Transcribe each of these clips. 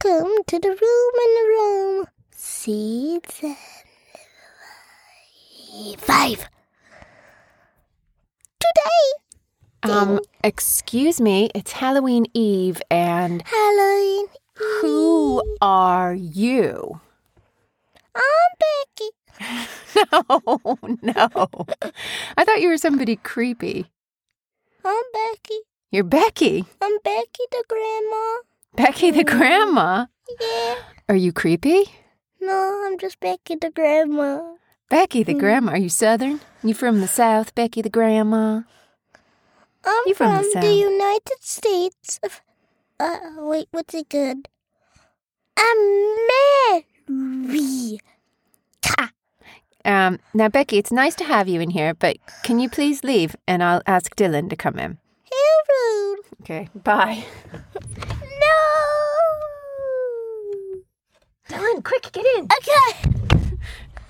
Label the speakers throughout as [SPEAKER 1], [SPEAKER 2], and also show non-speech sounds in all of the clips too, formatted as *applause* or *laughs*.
[SPEAKER 1] Welcome to the room in the room. Seeds and five. Today,
[SPEAKER 2] Um, excuse me, it's Halloween Eve, and
[SPEAKER 1] Halloween.
[SPEAKER 2] who are you? *laughs*
[SPEAKER 1] I'm Becky.
[SPEAKER 2] No, no. I thought you were somebody creepy.
[SPEAKER 1] I'm Becky.
[SPEAKER 2] You're Becky.
[SPEAKER 1] I'm Becky the grandma.
[SPEAKER 2] Becky the grandma.
[SPEAKER 1] Yeah.
[SPEAKER 2] Are you creepy?
[SPEAKER 1] No, I'm just Becky the grandma.
[SPEAKER 2] Becky the grandma. Are you Southern? You from the South, Becky the grandma?
[SPEAKER 1] I'm
[SPEAKER 2] You from the
[SPEAKER 1] the,
[SPEAKER 2] South.
[SPEAKER 1] United States of. Uh, wait, what's it good? America.
[SPEAKER 2] Um, now, Becky, it's nice to have you in here, but can you please leave and I'll ask Dylan to come in?
[SPEAKER 1] How rude.
[SPEAKER 2] Okay, bye.
[SPEAKER 1] No.
[SPEAKER 2] Dylan, quick, get in.
[SPEAKER 1] Okay.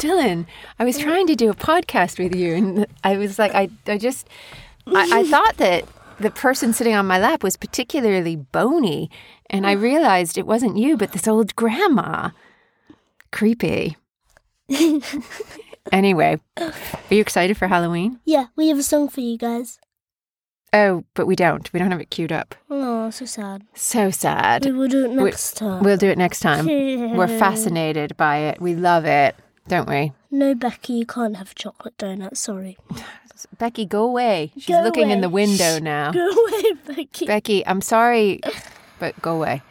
[SPEAKER 2] Dylan, I was trying to do a podcast with you, and I was like, I, I just,
[SPEAKER 1] *laughs*
[SPEAKER 2] I, I thought that the person sitting on my lap was particularly bony, and
[SPEAKER 1] Oh.
[SPEAKER 2] I realized it wasn't you, but this old grandma.
[SPEAKER 1] *laughs*
[SPEAKER 2] Creepy. Anyway, are you excited for Halloween?
[SPEAKER 1] yeah, we have a song for you guys.
[SPEAKER 2] Oh, but we don't. We don't have it queued up.
[SPEAKER 1] Oh, so sad.
[SPEAKER 2] So sad.
[SPEAKER 1] We will do it
[SPEAKER 2] We-
[SPEAKER 1] next time.
[SPEAKER 2] We'll do it next time. We're fascinated by it. We love it, don't we?
[SPEAKER 1] No, Becky, you can't have a chocolate donut. Sorry.
[SPEAKER 2] Becky, go away. She's
[SPEAKER 1] Go
[SPEAKER 2] looking in
[SPEAKER 1] away.
[SPEAKER 2] the window
[SPEAKER 1] *laughs*
[SPEAKER 2] now.
[SPEAKER 1] Go away, Becky.
[SPEAKER 2] Becky,
[SPEAKER 1] *sighs*
[SPEAKER 2] I'm sorry, but go away.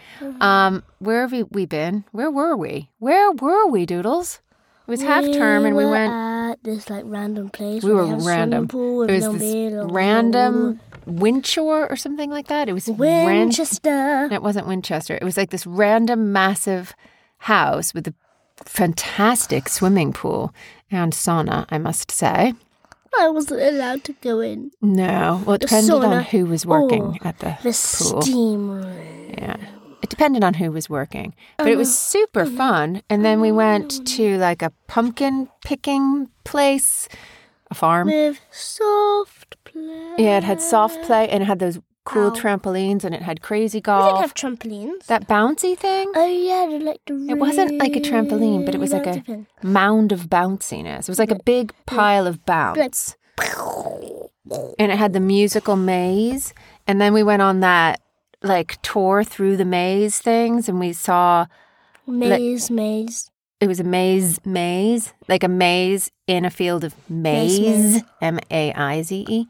[SPEAKER 2] Um, where have we, we been? Where were we? Where were we, Doodles? It was half term, and we
[SPEAKER 1] were
[SPEAKER 2] went.
[SPEAKER 1] at this like random place.
[SPEAKER 2] We
[SPEAKER 1] where
[SPEAKER 2] were
[SPEAKER 1] they have a swimming
[SPEAKER 2] random.
[SPEAKER 1] Pool with
[SPEAKER 2] It was
[SPEAKER 1] no
[SPEAKER 2] this
[SPEAKER 1] beer, like,
[SPEAKER 2] random Winchore or something like that. It was ran-
[SPEAKER 1] Winchester.
[SPEAKER 2] no, It wasn't Winchester. It was like this random massive house with a fantastic swimming pool and sauna. I must say.
[SPEAKER 1] I wasn't allowed to go in.
[SPEAKER 2] No, well, it depended on
[SPEAKER 1] sauna. Oh,
[SPEAKER 2] who was working at the
[SPEAKER 1] The
[SPEAKER 2] pool.
[SPEAKER 1] steam room.
[SPEAKER 2] Yeah. It depended on who was working. But it was super fun. And then we went to like a pumpkin picking place, a farm.
[SPEAKER 1] With soft play.
[SPEAKER 2] Yeah, it had soft play and it had those cool
[SPEAKER 1] Ow.
[SPEAKER 2] trampolines and it had crazy
[SPEAKER 1] We didn't
[SPEAKER 2] golf.
[SPEAKER 1] have trampolines.
[SPEAKER 2] that bouncy thing?
[SPEAKER 1] Oh yeah, they like the
[SPEAKER 2] It wasn't like a trampoline, but it was like a mound of bounciness. It was like a big pile of bounce. And it had the musical maze. And then we went on that like tour through the maze things and we saw
[SPEAKER 1] maze, maze.
[SPEAKER 2] it was a maze maze like a maze in a field of
[SPEAKER 1] Maze,
[SPEAKER 2] maize
[SPEAKER 1] maze.
[SPEAKER 2] m-a-i-z-e E.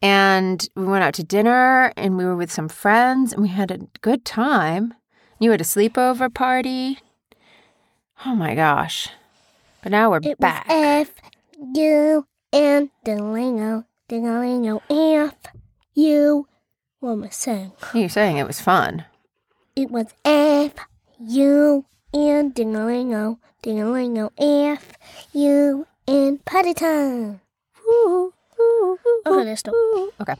[SPEAKER 2] and we went out to dinner and we were with some friends and we had a good time you had a sleepover party oh my gosh but now we're
[SPEAKER 1] It
[SPEAKER 2] back
[SPEAKER 1] was F U and dingalingo, dingalingo. F U. What am I saying?
[SPEAKER 2] you're saying it was fun
[SPEAKER 1] It was F U and dingalingo, dingalingo. F U and party time. Oh, Okay, let's stop.
[SPEAKER 2] okay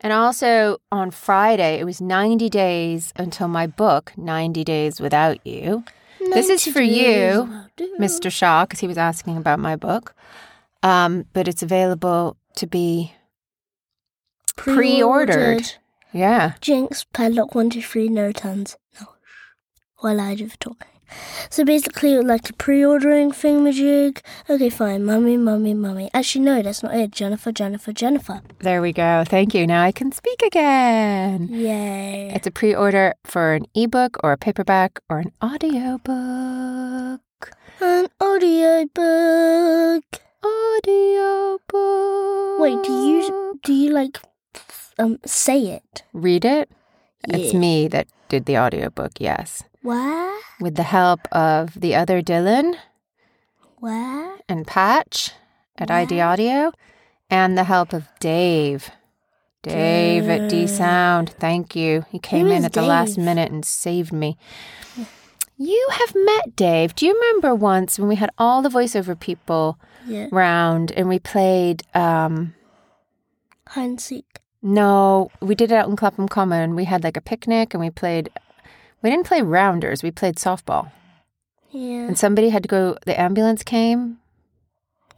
[SPEAKER 2] and also on friday it was 90 days until my book 90 days without you This is for you, Mr. Shaw, because he was asking about my book. Um, but it's available to be. pre-ordered. Yeah.
[SPEAKER 1] Jinx, padlock, one, two, three, no tons. No. shh. While I do the talking. So basically, like a pre-ordering thingamajig. Okay, fine. Mummy, mummy, mummy. Actually, no, that's not it. Jennifer, Jennifer, Jennifer.
[SPEAKER 2] There we go. Thank you. Now I can speak again.
[SPEAKER 1] Yay.
[SPEAKER 2] It's a pre order for an ebook or a paperback or an audiobook.
[SPEAKER 1] An audiobook.
[SPEAKER 2] Audiobook.
[SPEAKER 1] Wait, do you do you like um say it?
[SPEAKER 2] read it? It's
[SPEAKER 1] Yeah.
[SPEAKER 2] me that did the audiobook, yes.
[SPEAKER 1] What?
[SPEAKER 2] With the help of the other Dylan.
[SPEAKER 1] What?
[SPEAKER 2] and Patch at ID Audio and the help of Dave. Dave at D Sound, thank you. He came
[SPEAKER 1] Who
[SPEAKER 2] in
[SPEAKER 1] is
[SPEAKER 2] at the last
[SPEAKER 1] Dave?
[SPEAKER 2] minute and saved me. You have met Dave. Do you remember once when we had all the voiceover people
[SPEAKER 1] Yeah.
[SPEAKER 2] round and we played um
[SPEAKER 1] Hide and seek.
[SPEAKER 2] no, we did it out in Clapham Common. We had like a picnic and we played we didn't play rounders, we played softball.
[SPEAKER 1] Yeah.
[SPEAKER 2] And somebody had to go the ambulance came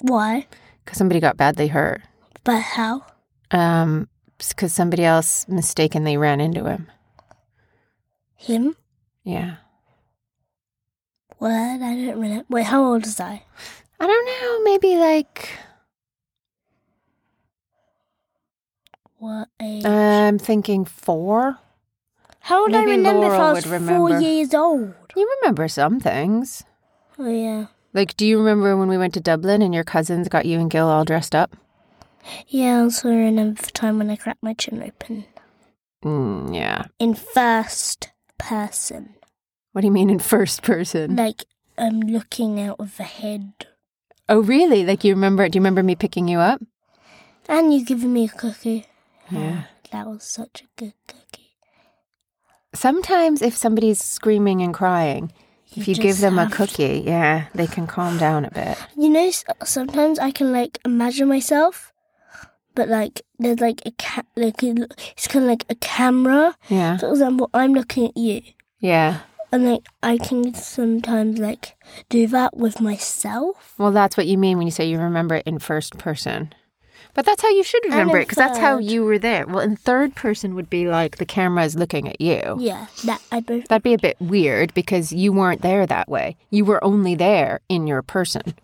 [SPEAKER 1] Why?
[SPEAKER 2] cuz somebody got badly hurt.
[SPEAKER 1] But how?
[SPEAKER 2] um because somebody else mistakenly ran into him
[SPEAKER 1] Him?
[SPEAKER 2] Yeah.
[SPEAKER 1] What? I don't remember. Wait, how old is I?
[SPEAKER 2] I don't know, maybe like
[SPEAKER 1] What age?
[SPEAKER 2] I'm thinking four.
[SPEAKER 1] how would I
[SPEAKER 2] maybe
[SPEAKER 1] remember if I
[SPEAKER 2] Laura
[SPEAKER 1] was
[SPEAKER 2] would
[SPEAKER 1] four
[SPEAKER 2] remember.
[SPEAKER 1] years old?
[SPEAKER 2] You remember some things.
[SPEAKER 1] Oh yeah,
[SPEAKER 2] Like, do you remember when we went to Dublin and your cousins got you and Gil all dressed up?
[SPEAKER 1] yeah. I also remember the time when I cracked my chin open
[SPEAKER 2] Mm, yeah.
[SPEAKER 1] in first person,
[SPEAKER 2] What do you mean in *laughs* first person?
[SPEAKER 1] like I'm looking out of the head,
[SPEAKER 2] Oh, really? Like, you remember? Do you remember me picking you up?
[SPEAKER 1] and you giving me a cookie.
[SPEAKER 2] Yeah.
[SPEAKER 1] Ah, that was such a good cookie.
[SPEAKER 2] Sometimes, if somebody's screaming and crying, if you give
[SPEAKER 1] just
[SPEAKER 2] them a
[SPEAKER 1] have to-
[SPEAKER 2] cookie, yeah, they can calm down
[SPEAKER 1] *sighs*
[SPEAKER 2] a bit.
[SPEAKER 1] You know, s- sometimes I can like imagine myself, but like there's like a ca- like a, it's kind of like a camera.
[SPEAKER 2] Yeah.
[SPEAKER 1] For example, I'm looking at you,
[SPEAKER 2] Yeah.
[SPEAKER 1] and like I can sometimes like do that with myself.
[SPEAKER 2] Well, that's what you mean when you say you remember it in first person. But that's how you should
[SPEAKER 1] And
[SPEAKER 2] remember
[SPEAKER 1] in
[SPEAKER 2] it because that's how
[SPEAKER 1] third.
[SPEAKER 2] you were there. Well, in third person would be like the camera is looking at you.
[SPEAKER 1] Yeah, that I both.
[SPEAKER 2] That'd be a bit weird because you weren't there that way. You were only there in your person,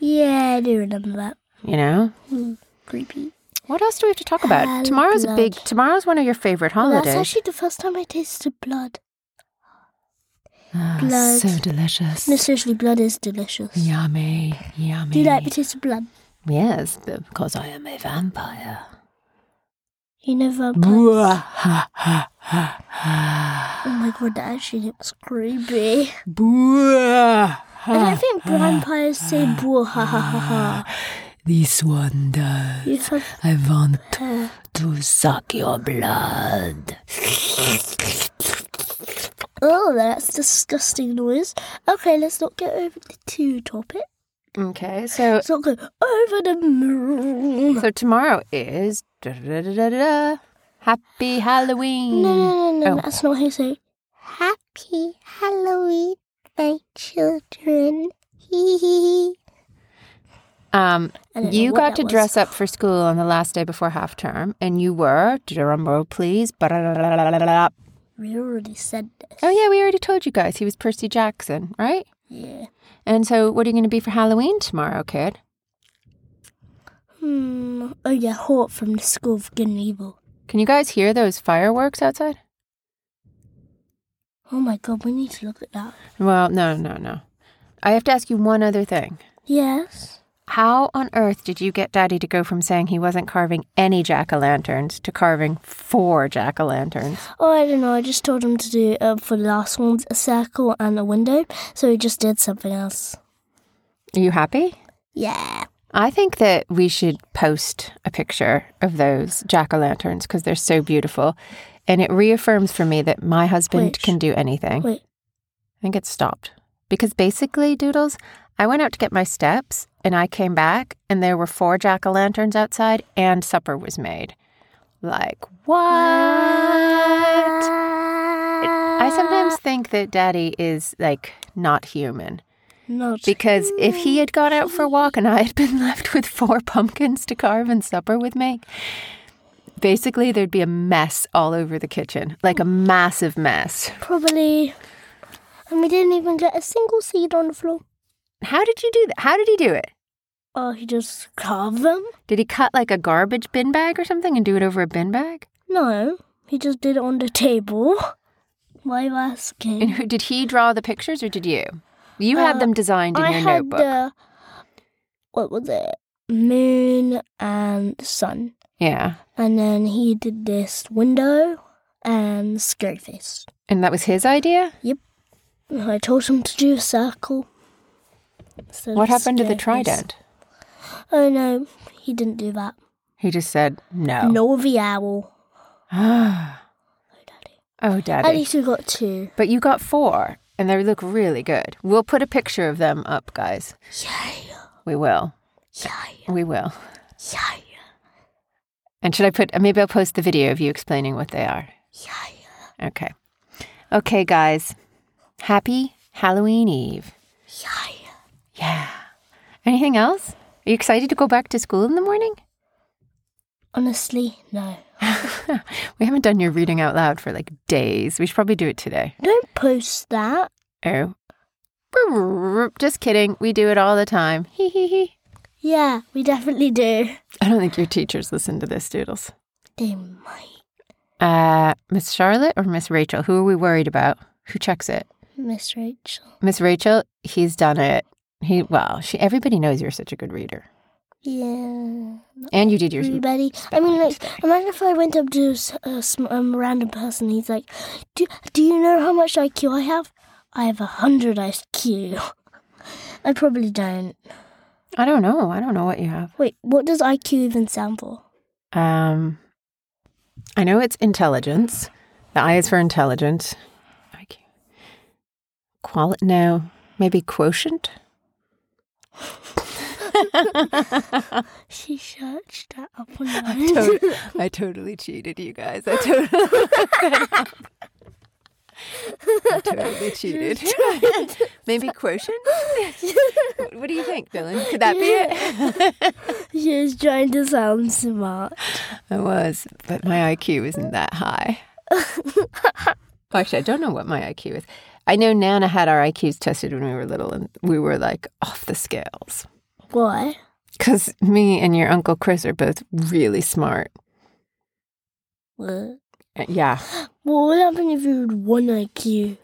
[SPEAKER 1] Yeah, I do remember that.
[SPEAKER 2] you know?
[SPEAKER 1] Mm, creepy.
[SPEAKER 2] What else do we have to talk about?
[SPEAKER 1] Hell,
[SPEAKER 2] tomorrow's a big
[SPEAKER 1] blood.
[SPEAKER 2] tomorrow's one of your favorite
[SPEAKER 1] That's
[SPEAKER 2] holidays.
[SPEAKER 1] actually the first time I tasted blood.
[SPEAKER 2] Ah,
[SPEAKER 1] blood.
[SPEAKER 2] So delicious.
[SPEAKER 1] No, seriously, blood is delicious.
[SPEAKER 2] Yummy. Yummy.
[SPEAKER 1] Do you like the taste of blood?
[SPEAKER 2] Yes, because I am a vampire.
[SPEAKER 1] You never. Oh my god, that actually looks creepy. And I think vampires say boo ha ha ha ha.
[SPEAKER 3] This one does.
[SPEAKER 1] You have
[SPEAKER 3] I want
[SPEAKER 1] hair.
[SPEAKER 3] to suck your blood.
[SPEAKER 1] Oh, that's disgusting noise. Okay, let's not get over the two topic.
[SPEAKER 2] Okay, so
[SPEAKER 1] Let's not go over the moon.
[SPEAKER 2] So tomorrow is da, da, da, da, da, Happy Halloween.
[SPEAKER 1] No, no, no, no,
[SPEAKER 2] Oh.
[SPEAKER 1] that's not how you say. Happy Halloween, my children. Hee hee
[SPEAKER 2] Um,
[SPEAKER 1] I don't know
[SPEAKER 2] you
[SPEAKER 1] what
[SPEAKER 2] got
[SPEAKER 1] that
[SPEAKER 2] to
[SPEAKER 1] was.
[SPEAKER 2] dress up for school on the last day before half term, and you were drum roll, please. ba- da- da- da- da- da- da- da.
[SPEAKER 1] We already said this.
[SPEAKER 2] Oh yeah, we already told you guys he was Percy Jackson, right?
[SPEAKER 1] Yeah.
[SPEAKER 2] And so, what are you going to be for Halloween tomorrow, kid?
[SPEAKER 1] Hmm. Oh yeah, Hort from the School of Good and Evil.
[SPEAKER 2] Can you guys hear those fireworks outside?
[SPEAKER 1] Oh my god, we need to look at that.
[SPEAKER 2] Well, no, no, no. I have to ask you one other thing.
[SPEAKER 1] Yes.
[SPEAKER 2] How on earth did you get Daddy to go from saying he wasn't carving any jack o' lanterns to carving four jack o' lanterns?
[SPEAKER 1] Oh, I don't know. I just told him to do uh, for the last ones a circle and a window, so he just did something else.
[SPEAKER 2] Are you happy?
[SPEAKER 1] Yeah.
[SPEAKER 2] I think that we should post a picture of those jack o' lanterns because they're so beautiful. And it reaffirms for me that my husband
[SPEAKER 1] Wait, sh-
[SPEAKER 2] can do anything.
[SPEAKER 1] Wait.
[SPEAKER 2] I think it's stopped. Because basically, Doodles, I went out to get my steps and I came back and there were four jack o' lanterns outside and supper was made. Like, what? I sometimes think that daddy is like not human
[SPEAKER 1] Not.
[SPEAKER 2] because if he had gone out for a walk and I had been *laughs* left with four pumpkins to carve and supper with me, basically there'd be a mess all over the kitchen, like a massive mess.
[SPEAKER 1] Probably. And we didn't even get a single seed on the floor.
[SPEAKER 2] How did you do that? How did he do it?
[SPEAKER 1] Oh, he just carved them?
[SPEAKER 2] Did he cut like a garbage bin bag or something and do it over a bin bag?
[SPEAKER 1] No, he just did it on the table. Why are you
[SPEAKER 2] And
[SPEAKER 1] asking?
[SPEAKER 2] who did he draw the pictures or did you? You had
[SPEAKER 1] Uh,
[SPEAKER 2] them designed in
[SPEAKER 1] I
[SPEAKER 2] your
[SPEAKER 1] had
[SPEAKER 2] notebook.
[SPEAKER 1] the. What was it? Moon and sun.
[SPEAKER 2] Yeah.
[SPEAKER 1] And then he did this window and scary face.
[SPEAKER 2] And that was his idea?
[SPEAKER 1] I told him to do a circle. So
[SPEAKER 2] What happened to the
[SPEAKER 1] staircase.
[SPEAKER 2] trident?
[SPEAKER 1] Oh no, he didn't do that.
[SPEAKER 2] He just said no. *sighs*
[SPEAKER 1] Nor the owl.
[SPEAKER 2] Ah. oh, Daddy.
[SPEAKER 1] At least we got two.
[SPEAKER 2] But you got four, and they look really good. We'll put a picture of them up, guys.
[SPEAKER 1] Yeah,
[SPEAKER 2] We will.
[SPEAKER 1] yeah,
[SPEAKER 2] We will.
[SPEAKER 1] yeah,
[SPEAKER 2] And should I put, uh, maybe I'll post the video of you explaining what they are.
[SPEAKER 1] yeah.
[SPEAKER 2] Okay. Okay, guys. Happy Halloween Eve.
[SPEAKER 1] Yeah.
[SPEAKER 2] Yeah. Anything else? Are you excited to go back to school in the morning?
[SPEAKER 1] Honestly, no.
[SPEAKER 2] *laughs* we haven't done your reading out loud for like days. We should probably do it today.
[SPEAKER 1] Don't post that.
[SPEAKER 2] Oh. Just kidding. We do it all the time. Hee hee hee.
[SPEAKER 1] Yeah, we definitely do.
[SPEAKER 2] I don't think your teachers listen to this, Doodles.
[SPEAKER 1] They might.
[SPEAKER 2] Uh, Miss Charlotte or Miss Rachel? Who are we worried about? Who checks it?
[SPEAKER 1] Miss Rachel.
[SPEAKER 2] Miss Rachel, he's done it. He well, she everybody knows you're such a good reader.
[SPEAKER 1] Yeah.
[SPEAKER 2] And you did your
[SPEAKER 1] Everybody. I mean, like, imagine if I went up to s- a sm- um, random person. He's like, do, do you know how much IQ I have? I have a 100 IQ. *laughs* I probably don't.
[SPEAKER 2] I don't know. I don't know what you have.
[SPEAKER 1] Wait, what does IQ even stand for?
[SPEAKER 2] Um I know it's intelligence. The I is for intelligence. IQ. Quali no, maybe quotient?
[SPEAKER 1] She searched that up on
[SPEAKER 2] Tot- *laughs* I totally cheated, you guys. I totally, *laughs* I totally cheated. *laughs* Maybe quotient? what do you think, Dylan? Could that be it?
[SPEAKER 1] *laughs* she was trying to sound smart.
[SPEAKER 2] I was, but my IQ isn't that high. Actually, I don't know what my IQ is. I know Nana had our IQs tested when we were little, and we were like off the scales.
[SPEAKER 1] Why?
[SPEAKER 2] Because me and your uncle Chris are both really smart.
[SPEAKER 1] What
[SPEAKER 2] Uh, Yeah,
[SPEAKER 1] would happen if you had one IQ?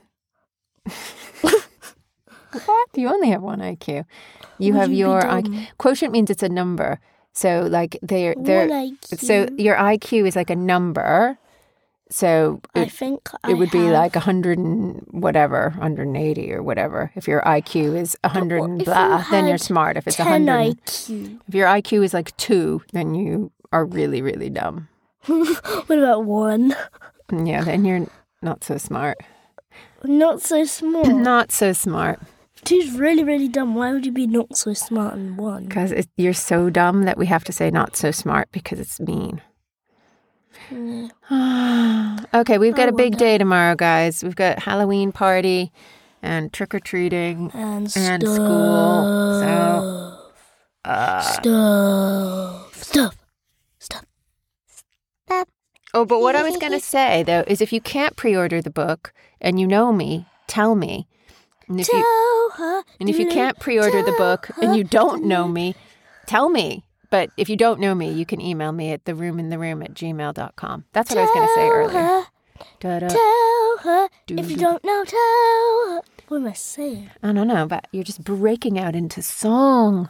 [SPEAKER 2] What? You only have one IQ. You
[SPEAKER 1] Would
[SPEAKER 2] have
[SPEAKER 1] you be
[SPEAKER 2] your
[SPEAKER 1] dumb?
[SPEAKER 2] IQ. quotient means it's a number. So like they're they're
[SPEAKER 1] one IQ.
[SPEAKER 2] so your IQ is like a number. So
[SPEAKER 1] I
[SPEAKER 2] it,
[SPEAKER 1] think I
[SPEAKER 2] it would be
[SPEAKER 1] have-
[SPEAKER 2] like a hundred and whatever, hundred and eighty or whatever. If your IQ is a hundred
[SPEAKER 1] what
[SPEAKER 2] and
[SPEAKER 1] if you
[SPEAKER 2] blah, then you're
[SPEAKER 1] had
[SPEAKER 2] smart. If it's a
[SPEAKER 1] 10
[SPEAKER 2] hundred,
[SPEAKER 1] IQ.
[SPEAKER 2] if your IQ is like two, then you are really really dumb.
[SPEAKER 1] What about one?
[SPEAKER 2] Yeah, then you're not so smart.
[SPEAKER 1] *laughs* Not so small.
[SPEAKER 2] *laughs* Not so smart
[SPEAKER 1] Two's really, really dumb. Why would you be not so smart in one?
[SPEAKER 2] because you're so dumb that we have to say not so smart because it's mean.
[SPEAKER 1] *sighs* Yeah.
[SPEAKER 2] Okay, we've got
[SPEAKER 1] I
[SPEAKER 2] a big
[SPEAKER 1] wonder.
[SPEAKER 2] day tomorrow, guys. We've got Halloween party and trick or treating.
[SPEAKER 1] And,
[SPEAKER 2] And
[SPEAKER 1] stuff.
[SPEAKER 2] school, so, uh,
[SPEAKER 1] stuff. Stuff. Stuff. Stuff.
[SPEAKER 2] Oh, but what I was going to say though is if you can't pre-order the book and you know me, tell me. And if you
[SPEAKER 1] Tell her.
[SPEAKER 2] and if you
[SPEAKER 1] doodle-
[SPEAKER 2] can't pre-order the
[SPEAKER 1] tell
[SPEAKER 2] book and
[SPEAKER 1] her
[SPEAKER 2] you don't
[SPEAKER 1] doodle-
[SPEAKER 2] know me, tell me. But if you don't know me, you can email me at theroomintheroom at gmail.com. That's what I was going to say
[SPEAKER 1] tell
[SPEAKER 2] earlier. Uh,
[SPEAKER 1] her,
[SPEAKER 2] Da-da.
[SPEAKER 1] Tell her. If
[SPEAKER 2] Doodle.
[SPEAKER 1] you don't know, tell her. What am I saying?
[SPEAKER 2] I don't know, but you're just breaking out into song.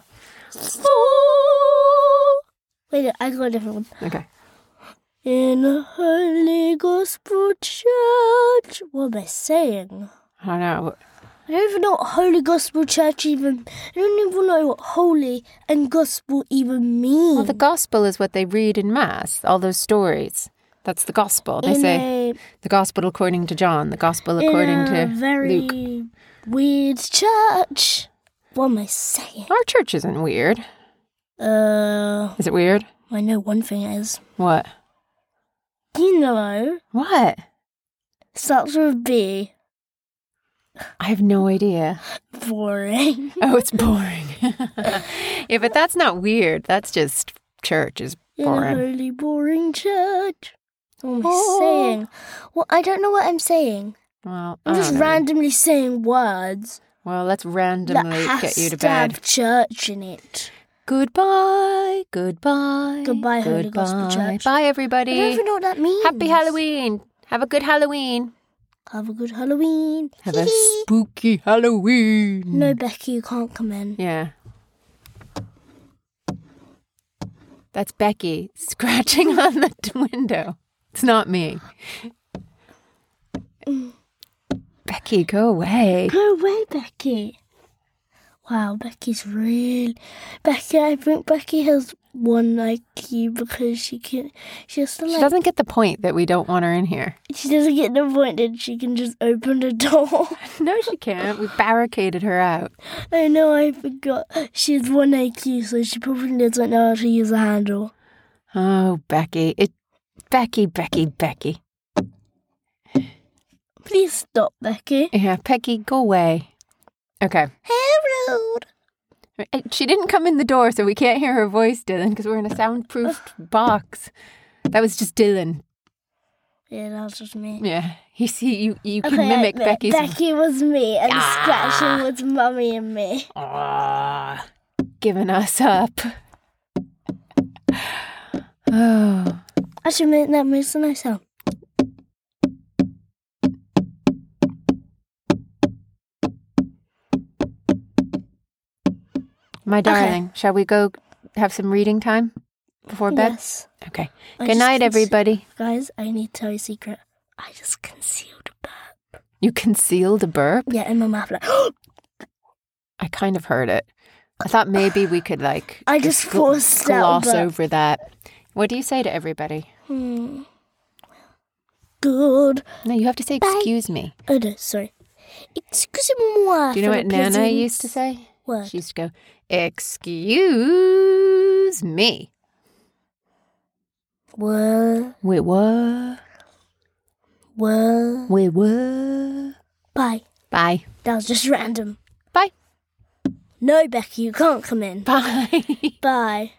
[SPEAKER 1] Wait, I got a different one.
[SPEAKER 2] Okay.
[SPEAKER 1] In a Holy Gospel Church. What am I saying?
[SPEAKER 2] I don't know.
[SPEAKER 1] I don't even know what Holy Gospel Church even. I don't even know what holy and gospel even mean.
[SPEAKER 2] Well, the gospel is what they read in mass, all those stories. That's the gospel. They
[SPEAKER 1] in
[SPEAKER 2] say
[SPEAKER 1] a,
[SPEAKER 2] the gospel according to John, the gospel according
[SPEAKER 1] in a
[SPEAKER 2] to
[SPEAKER 1] very
[SPEAKER 2] Luke.
[SPEAKER 1] weird church. What am I saying?
[SPEAKER 2] Our church isn't weird.
[SPEAKER 1] Uh,
[SPEAKER 2] Is it weird?
[SPEAKER 1] I know one thing is.
[SPEAKER 2] What?
[SPEAKER 1] You know,
[SPEAKER 2] What?
[SPEAKER 1] starts with B.
[SPEAKER 2] I have
[SPEAKER 1] *laughs*
[SPEAKER 2] no idea.
[SPEAKER 1] Boring. *laughs*
[SPEAKER 2] Oh, it's boring. *laughs* yeah, but that's not weird. That's just church is
[SPEAKER 1] In a
[SPEAKER 2] boring.
[SPEAKER 1] holy boring church. What am I
[SPEAKER 2] Oh.
[SPEAKER 1] saying? Well, I don't know what I'm saying.
[SPEAKER 2] Well, I
[SPEAKER 1] I'm just
[SPEAKER 2] don't know.
[SPEAKER 1] randomly saying words
[SPEAKER 2] Well, let's randomly
[SPEAKER 1] that
[SPEAKER 2] get
[SPEAKER 1] has
[SPEAKER 2] you
[SPEAKER 1] to
[SPEAKER 2] to bed.
[SPEAKER 1] have church in it.
[SPEAKER 2] Goodbye. Goodbye.
[SPEAKER 1] Goodbye, Holy Gospel
[SPEAKER 2] goodbye.
[SPEAKER 1] Church.
[SPEAKER 2] Bye,
[SPEAKER 1] I don't
[SPEAKER 2] everybody.
[SPEAKER 1] even know what that means.
[SPEAKER 2] Happy Halloween. Have a good Halloween.
[SPEAKER 1] Have a good Halloween.
[SPEAKER 2] Have a Mm. spooky Halloween.
[SPEAKER 1] no, Becky, you can't come in.
[SPEAKER 2] Yeah. That's Becky scratching *laughs* on the t- window. It's not me. Becky, go away.
[SPEAKER 1] Go away, Becky. Wow, Becky's real. Becky, I think Becky has one IQ because she can. She has to
[SPEAKER 2] She
[SPEAKER 1] like.
[SPEAKER 2] doesn't get the point that we don't want her in here. *laughs*
[SPEAKER 1] she doesn't get the point that she can just open the door. *laughs*
[SPEAKER 2] No, she can't. We barricaded her out.
[SPEAKER 1] I know, I forgot. She has one IQ, so she probably doesn't know how to use a handle.
[SPEAKER 2] Oh, Becky. It Becky, Becky, Becky.
[SPEAKER 1] Please stop, Becky.
[SPEAKER 2] Yeah, Becky, go away. Okay.
[SPEAKER 1] Harold.
[SPEAKER 2] She didn't come in the door, so we can't hear her voice, Dylan, because we're in a soundproofed box. That was just Dylan.
[SPEAKER 1] Yeah, that was just me.
[SPEAKER 2] Yeah, you see, you you can
[SPEAKER 1] Okay, I
[SPEAKER 2] mimic
[SPEAKER 1] admit,
[SPEAKER 2] Becky's.
[SPEAKER 1] Becky was me, and
[SPEAKER 2] Ah.
[SPEAKER 1] scratching was mummy and me.
[SPEAKER 2] Ah, giving us up. *sighs* Oh,
[SPEAKER 1] Actually, ma- that makes a nice sound.
[SPEAKER 2] my darling, shall we go have some reading time before bed?
[SPEAKER 1] Yes.
[SPEAKER 2] Okay.
[SPEAKER 1] I
[SPEAKER 2] Good
[SPEAKER 1] just
[SPEAKER 2] night,
[SPEAKER 1] conce-
[SPEAKER 2] everybody.
[SPEAKER 1] Guys, I need to tell you a secret. I just concealed a bat.
[SPEAKER 2] You concealed a burp.
[SPEAKER 1] Yeah, in my mouth. Like, *gasps*
[SPEAKER 2] I kind of heard it. I thought maybe we could like
[SPEAKER 1] *sighs* I just
[SPEAKER 2] gl-
[SPEAKER 1] forced out,
[SPEAKER 2] gloss
[SPEAKER 1] but-
[SPEAKER 2] over that. What do you say to everybody?
[SPEAKER 1] hmm. Good.
[SPEAKER 2] No, you have to say
[SPEAKER 1] Bye.
[SPEAKER 2] excuse me.
[SPEAKER 1] Oh, no, sorry. Excusez-moi.
[SPEAKER 2] Do you know
[SPEAKER 1] for
[SPEAKER 2] what
[SPEAKER 1] the
[SPEAKER 2] Nana
[SPEAKER 1] pleasant
[SPEAKER 2] used to say?
[SPEAKER 1] Word.
[SPEAKER 2] She used to go, "Excuse me."
[SPEAKER 1] Word.
[SPEAKER 2] Wait, what?
[SPEAKER 1] Word.
[SPEAKER 2] Wait, what?
[SPEAKER 1] Bye.
[SPEAKER 2] Bye.
[SPEAKER 1] That was just random.
[SPEAKER 2] Bye. *laughs*
[SPEAKER 1] No, Becky, you can't come in.
[SPEAKER 2] Bye.
[SPEAKER 1] Bye.